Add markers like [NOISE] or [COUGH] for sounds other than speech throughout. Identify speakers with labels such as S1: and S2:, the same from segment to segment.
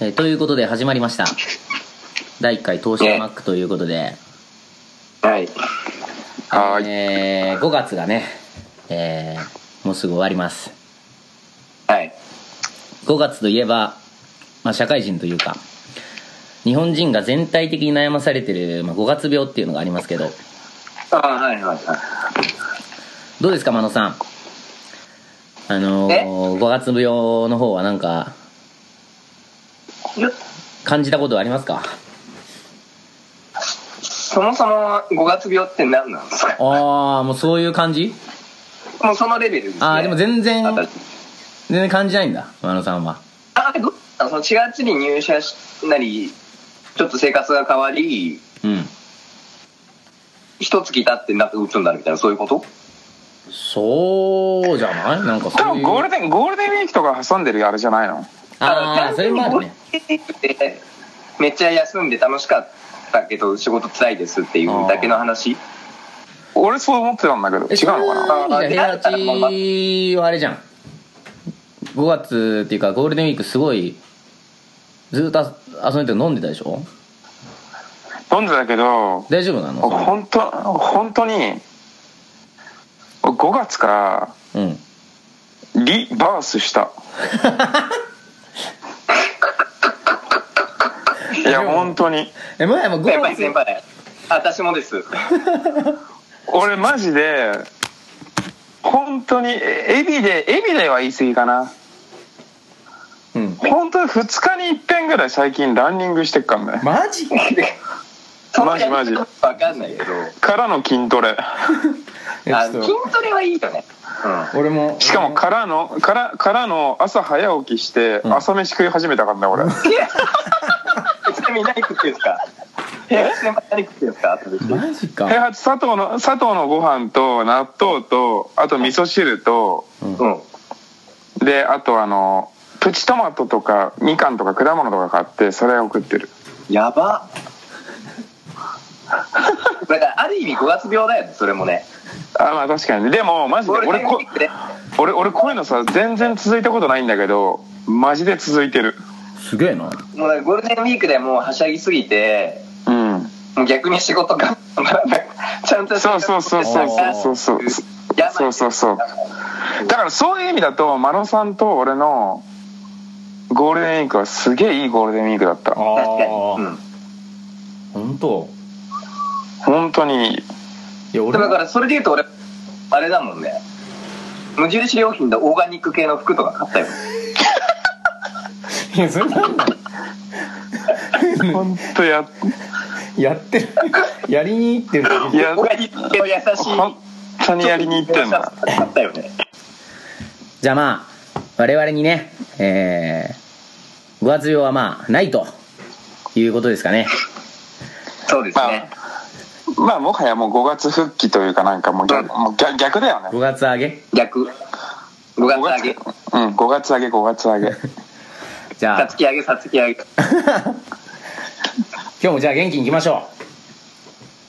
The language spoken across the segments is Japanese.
S1: えーということで始まりました第1回東芝マックということで、
S2: はい。はーい。
S1: え5月がね、えーもうすぐ終わります
S2: はい。
S1: 5月といえば、まあ、社会人というか日本人が全体的に悩まされてる、まあ、5月病っていうのがありますけど
S2: あーはいはいはい。
S1: どうですか真野さんあの
S2: え
S1: ー、5月病の方はなんか
S2: よ
S1: 感じたことありますか
S2: そもそも5月病って何なんですか
S1: ああもうそういう感じ
S2: もうそのレベルです、ね。
S1: ああでも全然
S2: あ
S1: 全然感じないんだ真野さんは
S2: あ、どうあその4月に入社しなり、ちょっと生活が変わり、
S1: うん
S2: 一月経ってなって鬱になるみたいな、そういうこと
S1: そうじゃないなんか
S3: 多
S1: そうい
S3: 分
S1: う
S3: ゴールデン、ゴールデンウィークとか挟んでるあれじゃないの
S1: ああそれもあるね。
S2: 単純にゴールデンウィークってめっちゃ休んで楽しかったけど、仕事辛いですっていうだけの話。
S3: 俺そう思ってたんだけど、違うのかな
S1: な部屋ちはあれじゃん5月っていうかゴールデンウィークすごいずっと遊んでて飲んでたでしょ
S3: 飲んでたけど、
S1: 大丈夫なの
S3: 僕本当、本当に、5月か
S1: うん
S3: らリバースした。いや、本当に。
S1: え前もう
S2: 先
S1: 5
S2: 輩
S1: 月
S2: 先輩。私も
S1: [LAUGHS]
S2: です。
S3: 俺マジで、本当に、えエビで、エビでは言い過ぎかな。
S1: うん
S3: 本当に2日に1遍ぐらい最近ランニングしてっかんね。
S1: マジ
S2: そ
S3: マジマジ
S2: わかんないけど。
S3: からの筋トレ。
S2: あの筋トレはいいよね。うん。
S1: 俺も
S3: しかもからのからからの朝早起きして
S1: ん
S3: 朝飯食い始めたからね俺
S2: ちなみに何食ってるんですかえ先輩何食ってるんですか後で
S1: マジ
S3: 平
S1: か
S3: 八佐藤の佐藤のご飯と納豆とあと味噌汁と
S2: うん。
S3: であとあのプチトマトとかみかんとか果物とか買ってそれを食ってる
S2: やば。だから、ある意味5月病だよね、それもね。
S3: あまあ確かにでもマジで
S2: ゴール
S3: 俺
S2: デンウ
S3: こ
S2: ィークで。
S3: 俺俺こういうのさ全然続いたことないんだけどマジで続いてる
S1: すげえな
S2: もうだからゴールデンウィークでもうはしゃぎすぎて、
S3: うん
S2: もう逆に仕事が、ちゃんと
S3: そうそうそうそうそうそうそうそうそうだからそういう意味だとマロさんと俺のゴールデンウィークはすげえいいゴールデンウィークだった
S1: あ
S2: 確かに。うん。
S1: 本当
S3: 本当にいい
S1: いや
S2: で
S1: 俺
S2: も
S1: も
S2: だからそれで言うと俺あれだもんね無印良品でオーガニック系の服とか買ったよ
S1: いやそれなんだ
S3: 本当や
S1: やってるやりに行ってるだ
S3: い
S1: け
S3: や
S2: オーガニック系の優し
S3: 本
S2: い
S3: 当にやりに行ってんだ
S2: 買ったよね
S1: じゃあまあ我々にねえー、5月病はまあないということですかね
S2: そうですね、
S3: まあもはやもう5月復帰というかなんかもう逆もう逆逆だよね
S1: 5月上げ
S2: 逆5月
S3: 5
S2: 上げ
S3: うん5月上げ5月上げ
S1: じゃ
S2: さ
S1: あ
S2: つき上げさつき上げ
S1: 今日もじゃあ元気にいきましょ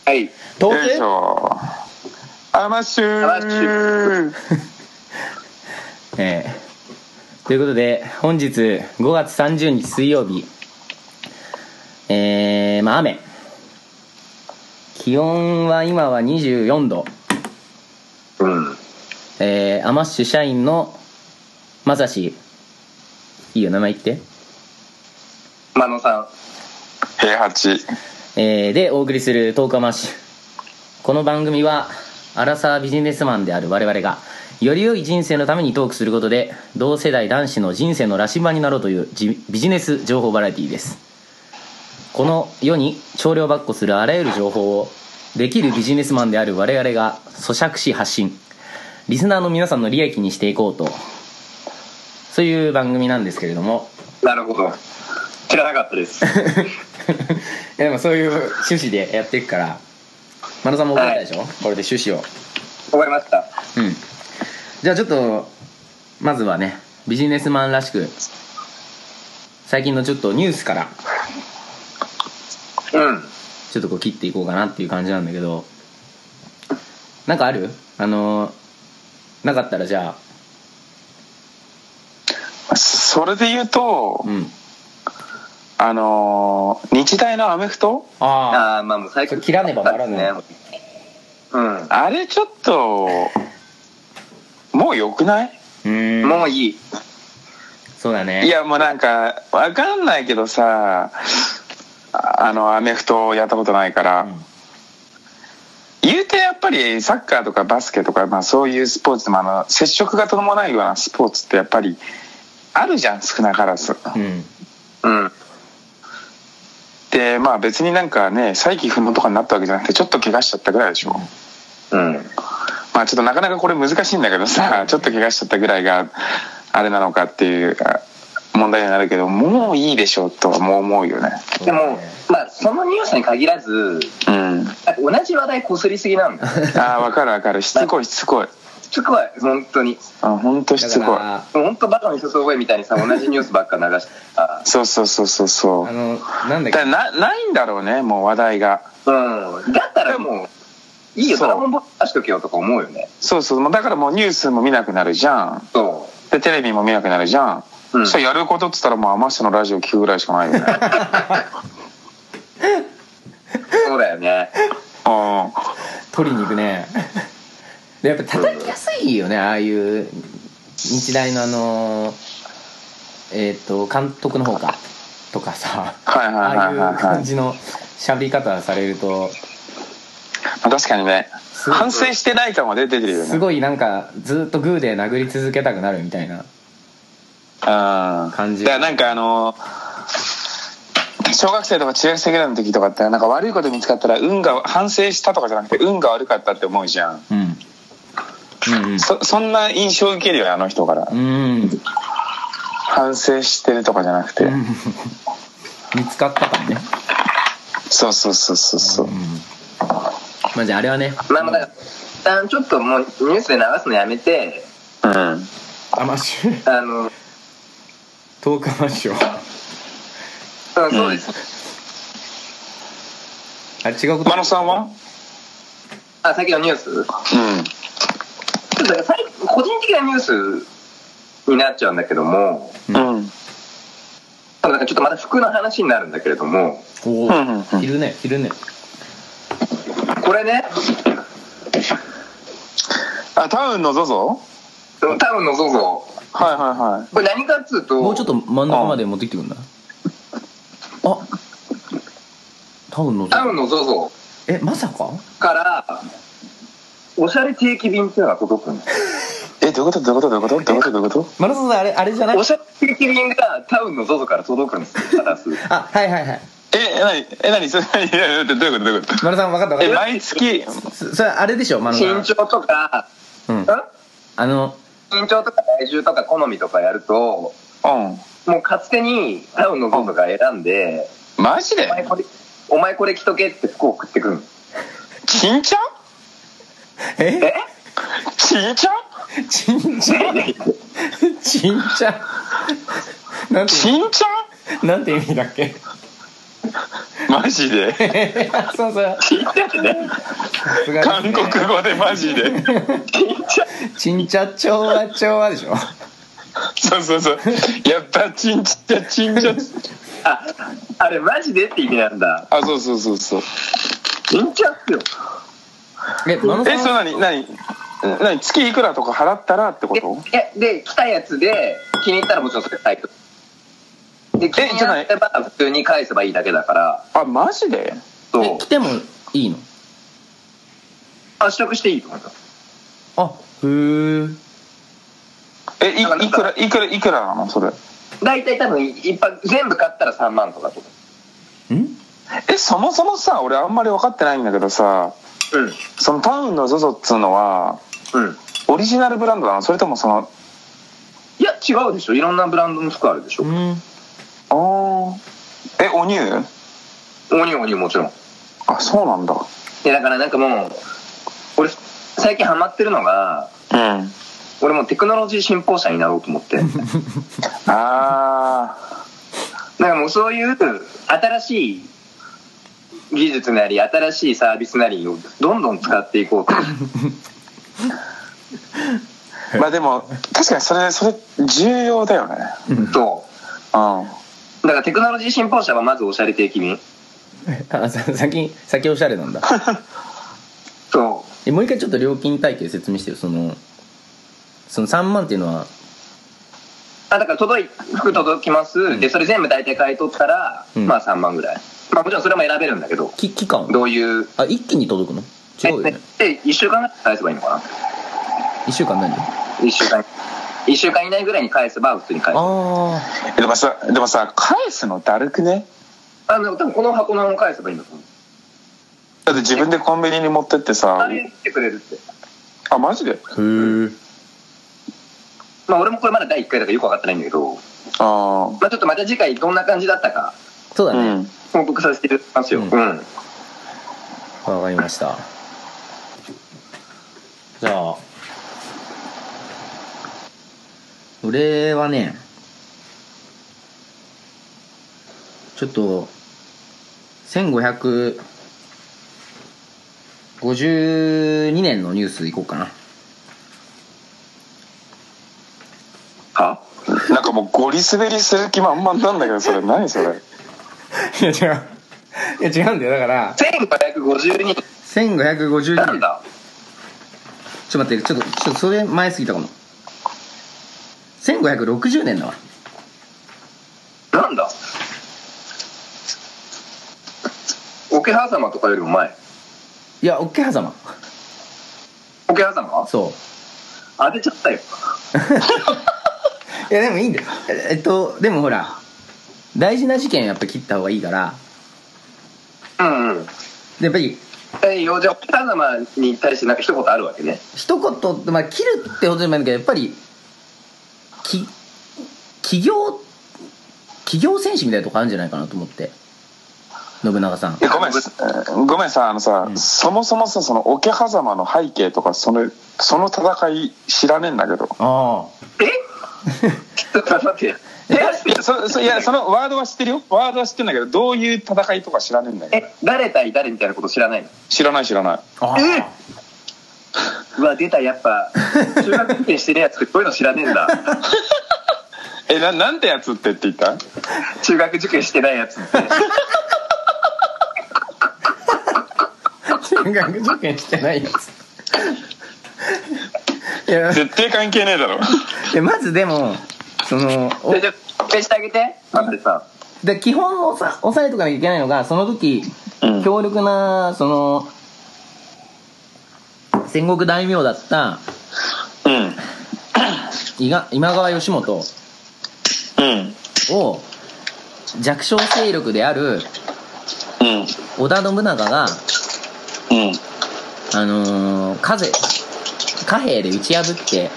S2: はいいう
S1: 投
S3: よいし
S1: 球
S3: ょアマッシュ
S2: アマッシ
S3: ー
S1: えー、ということで本日5月30日水曜日えー、まあ雨気温は今は24度
S2: うん
S1: えー、アマッシュ社員のまさしいいよ名前言って
S2: 真野さん
S3: 平八
S1: えーでお送りする「トークアマッシュ」この番組はアラサービジネスマンである我々がより良い人生のためにトークすることで同世代男子の人生の羅針盤になろうというじビジネス情報バラエティーですこの世に少量ばっこするあらゆる情報をできるビジネスマンである我々が咀嚼し発信リスナーの皆さんの利益にしていこうとそういう番組なんですけれども
S2: なるほど知らなかったです
S1: い [LAUGHS] やでもそういう趣旨でやっていくから真野さんも覚えたでしょ、これで趣旨を
S2: 終わりました
S1: うんじゃあちょっとまずはねビジネスマンらしく最近のちょっとニュースから
S2: うん
S1: ちょっとこう切っていこうかなっていう感じなんだけどなんかあるあのなかったらじゃあ
S3: それで言うと
S1: うん
S3: あのー日大のアメフト
S1: あ
S2: ああ、まあもう最
S1: そ
S2: 初
S1: れ切らねばならぬ
S2: ね。うん。
S3: あれちょっともう良くない
S1: あうん
S2: もういい。
S1: そうだね
S3: いやもうなんかわかんないけどさああのアメフトをやったことないから、
S1: うん
S3: 言うてやっぱりサッカーとかバスケとか、まあ、そういうスポーツでもあの接触が伴うようなスポーツってやっぱりあるじゃん少なからず。
S1: うん
S2: うん。
S3: でまあ別になんかね再起不能とかになったわけじゃなくてちょっと怪我しちゃったぐらいでしょ、
S2: うん。
S3: まあちょっとなかなかこれ難しいんだけどさちょっと怪我しちゃったぐらいがあれなのかっていうあ問題になるけどもういいでしょとはもう思うよね
S1: そう
S2: で
S1: だね
S2: も、まあ、そのニュースに限らず、
S3: うん
S2: なんか同じ話題こすりすぎなんだよ。
S3: ああ分かる分かるしつこいしつこい
S2: しつこい、本当に。
S3: あ本当し
S1: だ
S3: つ
S1: か
S3: こい
S1: ら
S2: もう本当バカの一つ覚えみたいにさ、同じニュースばっか流してさ。
S3: そうそうそうそうそ
S1: あ
S3: う
S1: のなんだ
S3: だ
S1: っ
S3: か
S1: け
S3: らなないんだろうねもう話題が
S2: うん。だったらもう、いいよ、
S3: そう
S2: ドラゴンボール出しとけよとか思うよね。
S3: そうそうもうだからもうニュースも見なくなるじゃん
S2: そ
S3: でテレビも見なくなるじゃん、
S2: う
S3: そ
S2: ん
S3: したらやることっつったらもう天下のラジオ聞くぐらいしかないよ
S1: [LAUGHS]
S3: ね
S2: う。そうだよね。
S3: うん
S1: 取りに行くねでやっぱ叩きやすいよねああいう日大のあのえっ、と監督の方かとかさ
S3: はいはい
S1: ああ
S3: はいいうはいはい
S1: 感じの喋り方されると
S3: まあ確かにね
S1: すごい
S3: 反省してない感は出てるよね
S1: すごいなんかずっとグーで殴り続けたくなるみたいな
S3: 感
S1: 感じ
S3: だからなんかあの小学生とか中学生ぐらいの時とかってなんか悪いこと見つかったら運が反省したとかじゃなくて運が悪かったって思うじゃん
S1: うんうん
S3: そそんな印象を受けるよねあの人から
S1: うんうん
S3: 反省してるとかじゃなくて
S1: 見つかったからね
S3: そうそうそうそうそう
S1: うんまあじゃああれはね
S2: まあまあ、だから、一旦ちょっともうニュースで流すのやめて、
S3: うん
S1: あまあしゅ
S2: あの、
S1: 10日マッシュを
S2: うんそうです。
S1: あれ違うこと
S3: 真野さんは
S2: あ、先のニュース
S3: うん
S2: ちょっとだから最個人的なニュースになっちゃうんだけども、
S3: うんうん
S2: 多分なんかちょっとまた服の話になるんだけれども、
S1: お
S3: うんうんう
S1: お
S3: ん
S1: いるねいるね
S2: これね、
S3: あタウンの ZOZO?
S2: 多分の ZOZO、
S3: はいはいはい
S2: これ何かっつうと、
S1: もうちょっと真ん中まで持ってきてくんないあタウンの
S2: 多分の ZOZO
S1: えまさか
S2: から、おしゃれ定期便っていうのが届くんです。
S3: えどういうことどういうことどういうことどういうことどういうこと
S1: マラソンさんあれあれじゃない
S2: おしゃれ定期便がタウンの ZOZO から届くんですよ、カラス。
S1: あはいはいはい
S3: えなにえなにそれ [LAUGHS] 何いやいやどういうことどういうこと
S1: マラさん分かった
S3: え
S1: 分かっ
S3: 毎月
S1: たそそれあれでしょマラさ
S2: 身
S1: ん
S2: 長とか、
S1: うん
S2: ん
S1: あの
S2: 身長とか体重とか好みとかやると、
S3: うん
S2: もう勝手にタウンの ZOZO が選んで、
S3: マジ
S2: お前
S3: で
S2: これ、お前これ着とけって服を [LAUGHS] 送ってくるの
S3: ちんちゃん
S1: え
S2: え
S3: ちんちゃん
S1: ちん [LAUGHS] ちゃんちんちゃんなんて
S3: ちんちゃ
S1: なんて意味だっけ [LAUGHS]
S3: んマジで
S1: そうそう
S2: ちっちゃくね。
S1: さすがです
S3: 韓
S1: ね
S3: 国語でマジで
S2: ちっちゃい。
S1: ちんちゃちょうわちょうわでしょ
S3: そうそうそうやったちんちゃちんちゃ
S2: あ、あれマジでって意味なんだ。
S3: あそうそうそうそう
S2: ちっちゃっすよ。
S1: えマラ
S3: えそれ
S1: さん
S3: 何何何月いくらとか払ったらってこ
S2: で
S3: と
S2: えで、来たやつで、気に入ったらもちろんそれタイプ。で、気に入ったら普通に返せばいいだけだから、
S3: あマジで
S2: そ
S1: え
S2: う
S1: 来。てもいいの
S2: 発色していいと思うよ
S1: あへー
S3: えいいくらいくらいくらなのそれ
S2: 大体多分、一般、全部買ったら3万とかとか。
S1: ん
S3: えそもそもさ俺あんまり分かってないんだけどさ
S2: う
S3: そのタウンの ZOZO っつうのは
S2: ん。うん。
S3: オリジナルブランドなのそれともその
S2: いや、違うでしょ。いろんなブランドの服あるでしょ。
S1: うん
S3: あーえおニュー
S2: オニオニもちろん。
S3: あそうなんだ
S2: で、だからなんかもう、俺、最近ハマってるのが、
S3: うん
S2: 俺もうテクノロジー信奉者になろうと思 [LAUGHS] って。
S3: [LAUGHS] あ
S2: なんかもうそういう新しい技術なり新しいサービスなりをどんどん使っていこうと [LAUGHS]
S3: ーまあでも確かにそれそれ重要だよね
S2: と
S3: うん
S2: だからテクノロジー信奉者はまずおしゃれ定期便。
S1: あさ先先おしゃれなんだ
S2: そ
S1: えもう一回ちょっと料金体系説明してよそのその3万っていうのは
S2: う。あ、だから届い、服届きます。で、それ全部大体買い取ったら、
S1: うん
S2: まあ3万ぐらい。まあもちろんそれも選べるんだけど、
S1: き期間
S2: どういう、
S1: あ一気に届くの違うよね
S2: え、1週間ぐらい返せばいいのか
S1: 1週間何
S2: な ?1 週間。一週間以内ぐらいに返せば普通に返す。
S1: あ
S3: えでもさでもさ返すのだるくね
S2: あの、多分この箱のまま返せばいいんだと思う。
S3: だって自分でコンビニに持ってって
S2: あ
S3: さ
S2: れ来てくれるって。
S3: あマジで
S1: あへえ
S2: まあ俺もこれまだ第1回だからよくわかってないんだけど、
S3: あ
S2: まあちょっとまた次回どんな感じだったか、
S1: そう
S3: あ
S1: だ
S3: う
S1: ね、
S3: ん
S2: 報告させていただきますよ。
S1: う
S2: うんん。
S1: わかりましたじゃあ俺はねちょっと1552年のニュースいこうかな
S2: は
S3: なんかもうゴリ滑りする気満々なんだけどそ [LAUGHS] れ何それ
S1: いや違ういや違うんだよだから
S2: 1552
S1: 1552
S2: なん
S1: 年
S2: だ
S1: ちょっと待ってちょっとちょっとそれ前すぎたかも1560年だわ
S2: なんだ桶狭間とかよりも前
S1: いやオッケー狭間
S2: 桶狭間
S1: そう
S2: 当てちゃったよ
S1: いやでもいいんだよええっとでもほら大事な事件やっぱ切った方がいいから
S2: うんうん
S1: でやっぱり
S2: えいよじゃあ桶狭間に対してなんか一言あるわけね
S1: 一言、まあ、切るってほどじゃないんだけどやっぱりき企業企業戦士みたいなとこあるんじゃないかなと思って信長さん
S3: えごめんすごめんさあのさ、
S1: うん
S3: そもそもさその桶狭間の背景とかそのその戦い知らねえんだけど
S1: あ
S2: えちょっと待ってえ
S3: いやそそいやそのワードは知ってるよワードは知ってるんだけどどういう戦いとか知らねえんだけど
S2: え誰対誰みたいなこと知らないの
S3: 知らない知らない
S1: ああ
S2: えうわ出たやっぱ中学受験してるやつってこういうの知らねえん [LAUGHS] だ
S3: えななんてやつってって言った
S2: 中学受験してないやつって
S1: 中学受験してないやついや
S3: 絶対関係ねえだろ
S1: いやまずでもそのお
S2: えじゃあ消してあげて待ってさ
S1: で基本をさ押さえとかなきゃいけないのがその時、
S3: うん
S1: 強力なその戦国大名だった
S3: うん
S1: 伊賀今川義元
S3: うん
S1: を弱小勢力である
S3: うん
S1: 織田信長が、
S3: うん
S1: あのー、風貨幣で打ち破って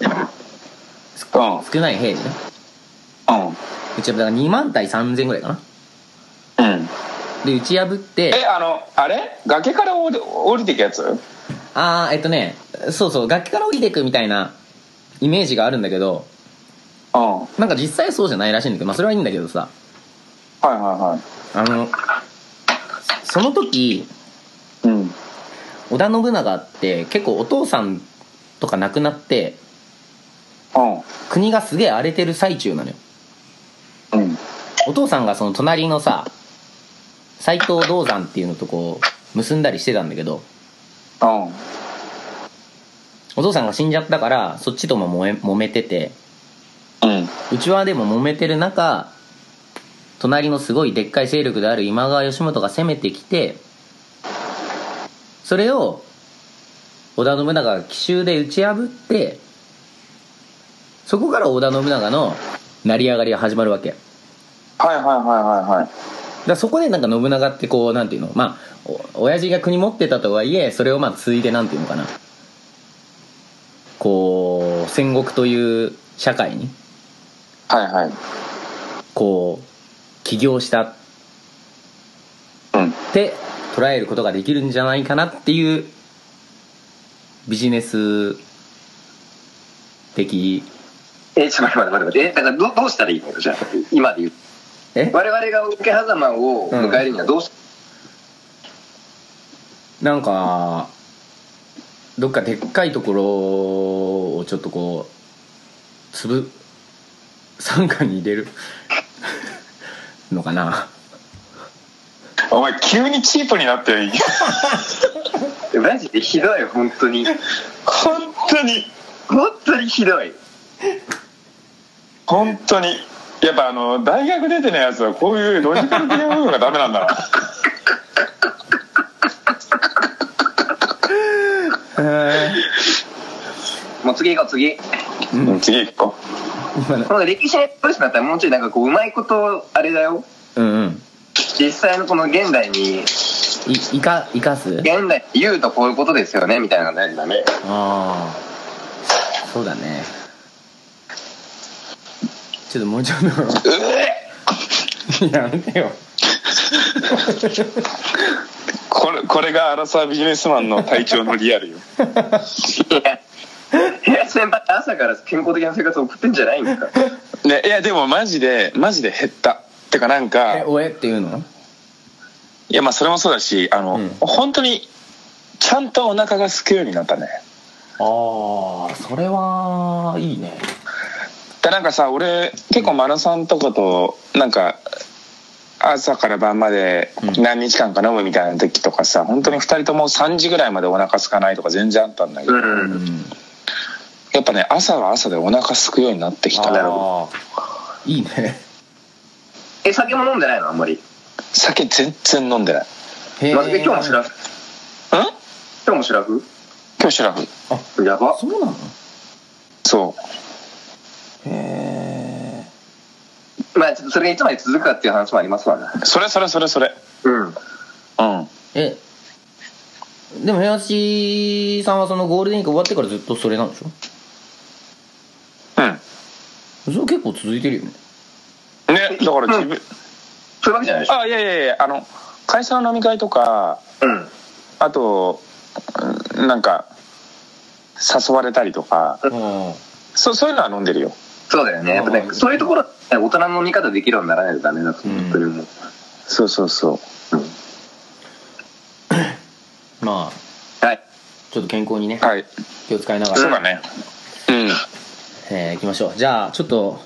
S3: うん
S1: 少ない兵でね
S3: うん
S1: 打ち破ったから2万対3000ぐらいかな
S3: うん
S1: で打ち破って
S3: えあのあれ崖から降り降りてくやつ
S1: ああえっとねそうそう楽器から降りてくみたいなイメージがあるんだけど
S3: うんはい
S1: なんか実際そうじゃないらしいんだけど、まあ、それはいいんだけどさ
S3: はいは
S1: あのその時
S3: いうん
S1: 織田信長って結構お父さんとか亡くなって国がすげえ荒れてる最中なのよ
S3: うんうん
S1: お父さんがその隣のさ斎藤銅山っていうのとこう結んだりしてたんだけど
S3: うん
S1: お父さんが死んじゃったからそっちとももえ揉めてて
S3: うん
S1: うちわでも揉めてる中隣のすごいでっかい勢力である今川義元が攻めてきてそれを織田信長が奇襲で打ち破ってそこから織田信長の成り上がりが始まるわけだか
S3: はいはいはいはいはい
S1: らそこでなんか信長ってこうなんていうのまあお親父が国持ってたとはいえそれをまあ継いでなんていうのかなこう戦国という社会に
S3: はいはい
S1: こう起業したっ
S3: うん
S1: って捉えることができるんじゃないかなっていうビジネス的
S2: えちょっと待って待って待ってえだからどどうしたらいいのよじゃあ今で言う
S1: え
S2: 我々が桶狭間を迎えるにはどうし、
S1: なんかどっかでっかいところをちょっとこうつぶ傘下に入れる [LAUGHS] のかな
S3: お前急にチープになってる
S2: マジでひどい本当に
S3: 本当に
S2: 本当にひどい
S3: 本当にやっぱあの大学出てないやつはこういうロジカル的な部分がダメなんだな
S2: もう次行こう次
S3: うん次行こ
S1: 今の
S2: この歴史のブースだったらもうちょいなんかこううまいことあれだよ
S1: [LAUGHS] うんうん
S2: 実際のこの現代に
S1: いいかいかす
S2: 現代言うとこういうことですよねみたいなのが大事だね
S1: ああそうだねちょっともうちょっとやめてよ
S3: うこれこれがアラサービジネスマンの体調のリアルよ
S2: いや先輩朝から健康的な生活を送ってんじゃないんですか
S3: ねいやでもマジでマジで減ったてかなん
S1: え
S3: か
S1: おえっていうの
S3: いやまあそれもそうだしあの、
S1: うん
S3: 本当にちゃんとお腹が空くようになったね
S1: ああそれはいいね
S3: でなんかさ俺結構マラさんとかとなんか朝から晩まで
S1: うん
S3: 何日間か飲むみたいな時とかさ本当に2人とも3時ぐらいまでお腹空かないとか全然あったんだけど、
S1: うんん
S3: やっぱね朝は朝でお腹空くようになってきた
S2: なるほ
S1: あーいいね
S2: え酒も飲んでないのあんまり、
S3: 酒全然飲んでないん
S1: へ
S2: まあえ今日もシラフ
S3: 今
S2: 今日もシラフ
S3: 日シラフ
S2: やば
S1: そうなの
S3: そう
S1: へ
S2: まあちょっとそれがいつまで続くかっていう話もありますわな
S3: それそれそれそれ
S2: うん
S3: うん
S1: ええでも平橋さんはそのゴールデンウィーク終わってからずっとそれなんでしょ
S3: う
S1: それ結構続いてるよね
S3: んねだから自分、
S2: そういうわけじゃないでしょ
S3: あいやいやいやあの会社の飲み会とか
S2: うん
S3: あとうんなんか誘われたりとか
S1: あ
S3: そそういうのは飲んでるよ
S2: そうだよねやっぱね
S1: うん
S2: そういうところって大人の見方できるようにならないとダメだと思う
S1: うん
S2: 本当にもう
S3: そうそうそう
S1: あまあ
S2: はい
S1: ちょっと健康にね
S3: はい
S1: 気を使いなが
S3: そう
S1: ら、
S3: だねうん
S1: えー、行きましょうじゃあちょっと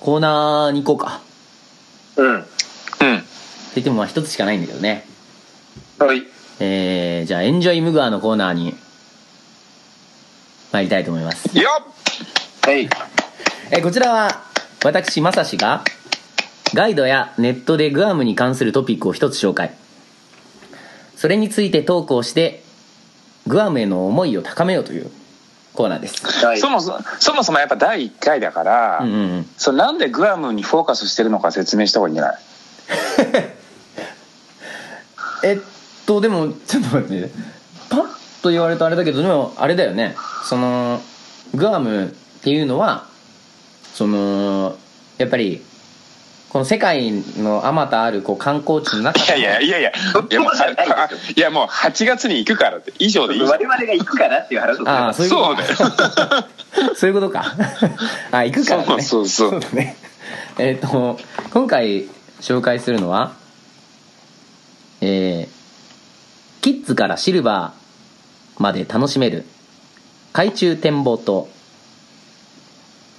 S1: コーナーに行こうか
S2: うん
S3: うん
S1: って言ってもまあ一つしかないんだけどね
S2: はい
S1: えー、じゃあエンジョイムグアのコーナーに参りたいと思います
S3: よ
S2: はい
S1: えーこちらは私まさしがガイドやネットでグアムに関するトピックを一つ紹介それについてトークをしてグアムへの思いを高めようというコーナーです
S2: は
S3: っ
S2: い
S3: そもそそもそもやっぱ第1回だから、
S1: うんうんうん
S3: そうなんでグアムにフォーカスしてるのか説明した方がいいんじゃない
S1: えっとでもちょっと待ってパッと言われるとあれだけどでもあれだよねそのグアムっていうのはそのやっぱりこの世界のあまたあるこう観光地の中
S3: いや
S1: で
S3: い
S1: も
S3: やいやいやいやもう
S2: そうじゃない
S3: あ
S2: です
S3: いやもう8月に行くからって以上でいいじゃ
S2: 我
S3: ん
S2: 々が行くかなっていう話をする
S1: ああそういうこと
S3: そうだよ
S1: [LAUGHS] そういうことか。あ、行くからね。
S3: そうそうそう
S1: だね。えっ、と、今回紹介するのは、えー、キッズからシルバーまで楽しめる、海中展望塔、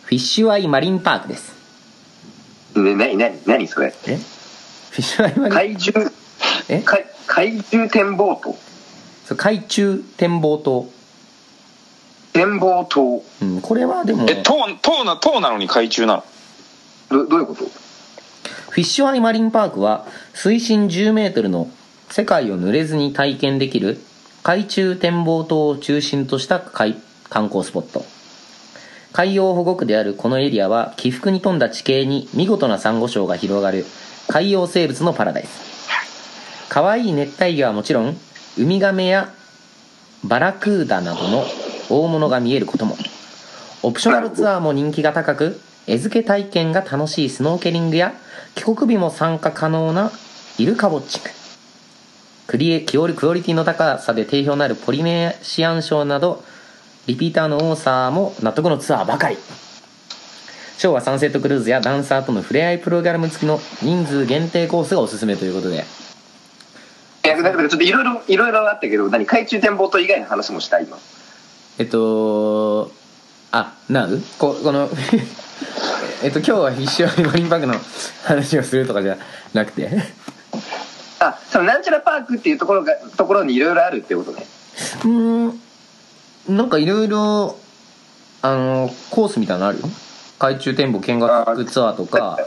S1: フィッシュアイマリンパークです。
S2: ね何何何それ
S1: えフィッシュアイマリン
S2: 怪獣
S1: え
S2: 怪怪獣展望塔
S1: そう海中展望塔。
S2: 展望塔
S1: うん、これはでも、
S3: え塔塔な塔なのに海中なの
S2: どどういうこと
S1: フィッシュアイマリンパークは水深10メートルの世界を濡れずに体験できる海中展望塔を中心とした海観光スポット。海洋保護区であるこのエリアは起伏に富んだ地形に見事なサンゴ礁が広がる海洋生物のパラダイス。可愛い熱帯魚はもちろん、ウミガメやバラクーダなどの大物が見えることも。オプショナルツアーも人気が高く、餌付け体験が楽しいスノーケリングや、帰国日も参加可能なイルカウォッチング。クリエ、クオリクオリティの高さで定評のあるポリネシアン賞など、リピーターの多さも納得のツアーばかり。ショーはサンセットクルーズやダンサーとの触れ合いプログラム付きの人数限定コースがおすすめということで。
S2: いやなんかちょっといろいろいろいろあったけど何海中展望塔以外の話もした今
S1: えっと、あ、なうここの、 [LAUGHS] えっと今日は必勝マリンパークの話をするとかじゃなくて
S2: あそのなんちゃらパークっていうところがところにいろいろあるってことね
S1: うんなんかいろいろあのコースみたいなのあるよ海中展望見学ツアーとか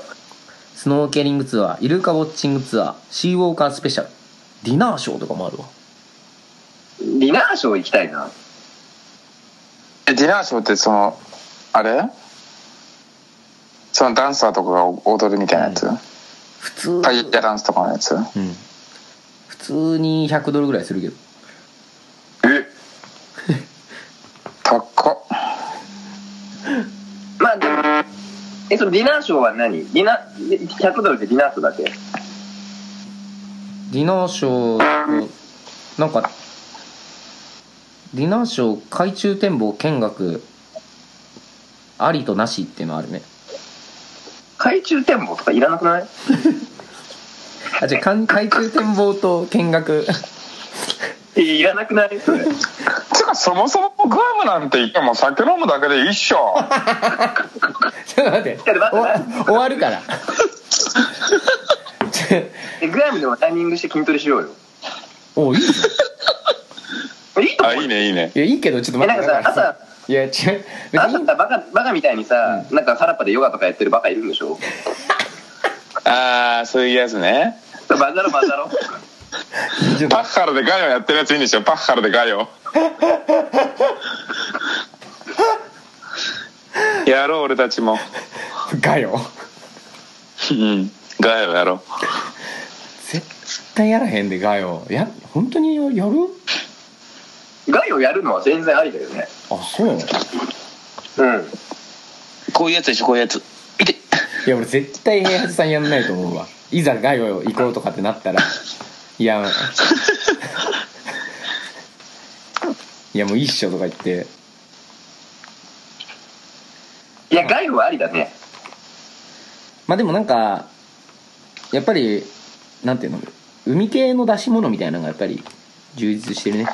S1: スノーケリングツアーイルカウォッチングツアーシーウォーカースペシャルディナーショーとかもあるわ
S2: ディナーショー行きたいな
S3: えディナーショーってそのあれそのダンサーとかが踊るみたいなやつ、
S1: 普通
S3: パエリアダンスとかのやつ
S1: うん普通に100ドルぐらいするけど
S3: え高っ
S2: まあでもえそのディナーショーは何ディナ100ドルでディナーショーだけ
S1: ディナーショーなんかディナーショー海中展望見学ありとなしっていうのあるね
S2: 海中展望とかいらなくない
S1: あじゃあかん海中展望と見学
S2: えいらなくない [LAUGHS] それ
S3: てかそもそもグアムなんて言っても酒飲むだけでいいっしょ
S1: ちょっと待って
S2: ちょっと待って
S1: お終わる
S2: [LAUGHS]
S1: からちょ
S2: えグアムでもタイミングして筋トレしようよ
S1: おいいぞ
S2: いいと
S3: あ
S2: 思う
S3: い
S2: よ
S3: いねいいね
S1: いやいいけどちょっと
S2: え
S1: 待
S2: な
S1: っ
S2: ん
S1: て
S2: かさ
S1: だ
S2: 朝
S1: いや違う別
S2: 朝
S1: にいい
S2: さバカバカみたいにさ、なんか原っぱでヨガとかやってるバカいるんでしょ
S3: ああそういうやつね
S2: そうバカだろバカだろ
S1: ちょっと
S3: パッハルでガヨやってるやついいんでしょパッハルでガヨ [LAUGHS] やろう俺たちも
S1: ガヨ
S3: うんガヨやろ
S1: 絶対やらへんでガヨや本当にややる
S2: ガイをやるのは全然ありだよね
S1: あそう
S2: うん
S3: うこういうやつでしょこういうやついて
S1: いや俺絶対平八さんやんないと思うわいざガイを行こうとかってなったらい
S2: [LAUGHS]
S1: やいやもういいっしょとか言って
S2: いやガイはありだね
S1: まあでもなんかやっぱりなんていうの海系の出し物みたいなのがやっぱり充実してるね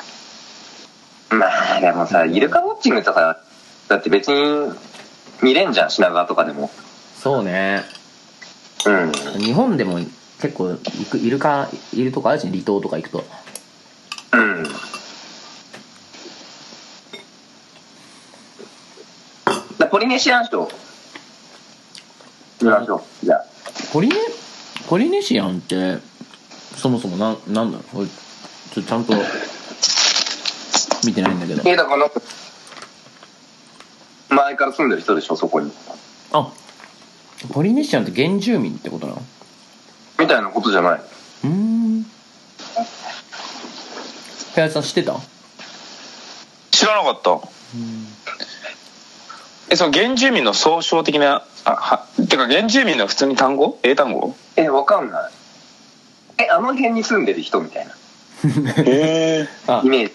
S2: まあでもさイルカウォッチングとかだって別に見れんじゃん品川とかでも
S1: そうね
S2: うん
S1: 日本でも結構行くイルカいるとこあるし離島とか行くと
S2: うんだポリネシアンショー見ましょうじゃあ
S1: ポリネポリネシアンってそもそもなんなんだろう俺ちょっとちゃんと見てないんだけど
S2: えだから前から住んでる人でしょそこに
S1: あポリネシアンって原住民ってことなの
S2: みたいなことじゃないう
S1: ーん平井さん知ってた
S3: 知らなかったえその原住民の総称的なあはてか原住民の普通に単語英単語
S2: えわかんないえあの辺に住んでる人みたいな
S3: へえ
S1: あ
S2: イメージ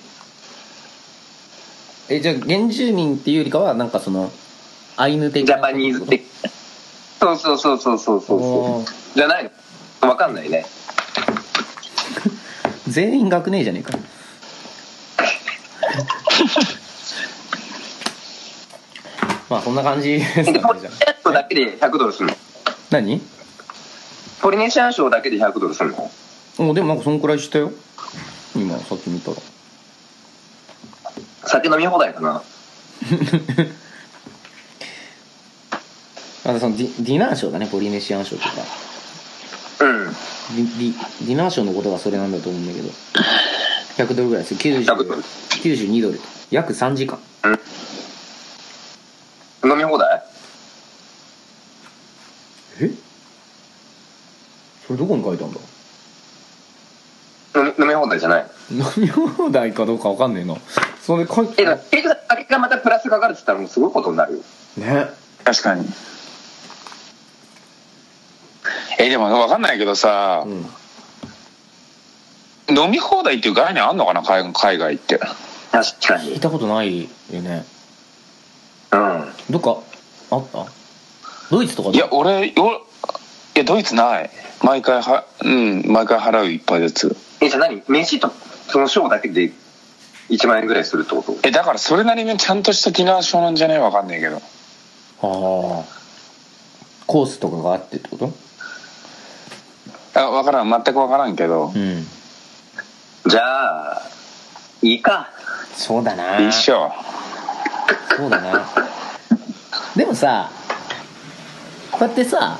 S1: えじゃあ原住民っていうよりかはなんかそのアイヌ的
S2: ジ
S1: な
S2: ャパニーズ的そうそうそうそうそうそう
S1: おー
S2: そうじゃないのわかんないね
S1: 全員学ねえじゃねえか [LAUGHS] まあそんな感じです
S2: えでポ
S1: か
S2: リ
S1: ねじ
S2: ネシ
S1: ゃあ
S2: アンショーだけで100ドルするの
S1: 何
S2: ポリネシアンショーだけで100ドルするの
S1: おでもなんかそんくらいしたよ今さっき見たら
S2: 酒飲み放題かな
S1: あのそのディディナーショーだねポリネシアンショーとか
S2: うん
S1: ディディディナーショーのことがそれなんだと思うんだけど100ドルぐらいです90
S2: 100ドル
S1: 92ドル約3時間
S2: 飲み放題
S1: えそれどこに書いてあんだ
S2: 飲み飲み放題じゃない
S1: 飲み放題かどうかわかんねえなそれ書い
S2: え
S1: て
S2: だから結局酒がまたプラスかかるって言ったらもうすごいことになるよ
S1: ね
S3: 確かにえでも分かんないけどさ
S1: う、ん
S3: 飲み放題っていう概念あんのかな海海外って
S2: 確か
S1: 聞い
S2: に
S1: たことないよね
S2: うん
S1: どっかあったドイツとか
S3: いや俺よいやドイツない毎回はうん毎回払ういっぱいやつ
S2: えじゃあ何飯とそのショーだけで1万円ぐらいするってこと
S3: えだからそれなりにちゃんとしたディナーショーなんじゃねえわかんないけど
S1: ああコースとかがあってってこと
S3: あ分からん全く分からんけど
S1: うん
S2: じゃあ、いいか。
S1: そうだな
S3: 一緒
S1: そうだなでもさこうやってさ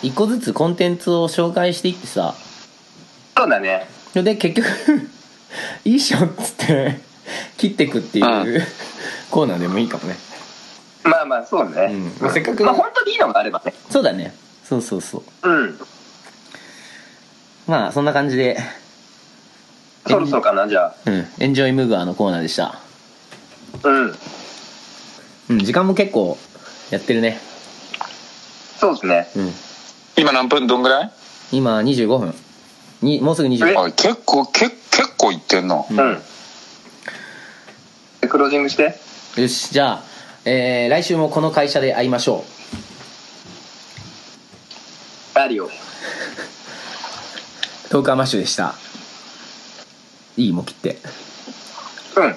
S1: 一個ずつコンテンツを紹介していってさ
S2: そうだね。
S1: で結局 [LAUGHS] いいっしょっつって切ってくっていう、
S3: う
S1: コーナーでもいいかもね、
S2: まあまあ、そうね。
S1: うんまあせっかく
S2: まあ、本当にいいのがあればね。
S1: そうだねそうそうそう
S2: うん。
S1: まあそんな感じで、
S2: そろそろかな、じゃ
S1: うん、エンジョイムーガーのコーナーでした、
S2: あ。うん。
S1: うん、時間も結構やってるね、
S2: そうですね。
S1: うん、
S3: 今何分どんぐらい
S1: 今25分にもうすぐ20
S2: え
S1: 分
S3: あ結構け結構いってんの
S1: う
S2: うんん。でクロージングして。
S1: よしじゃあ、えー来週もこの会社で会いましょ
S2: ラリオ。
S1: うトーカーマッシュでしたいいもう切って
S2: うん。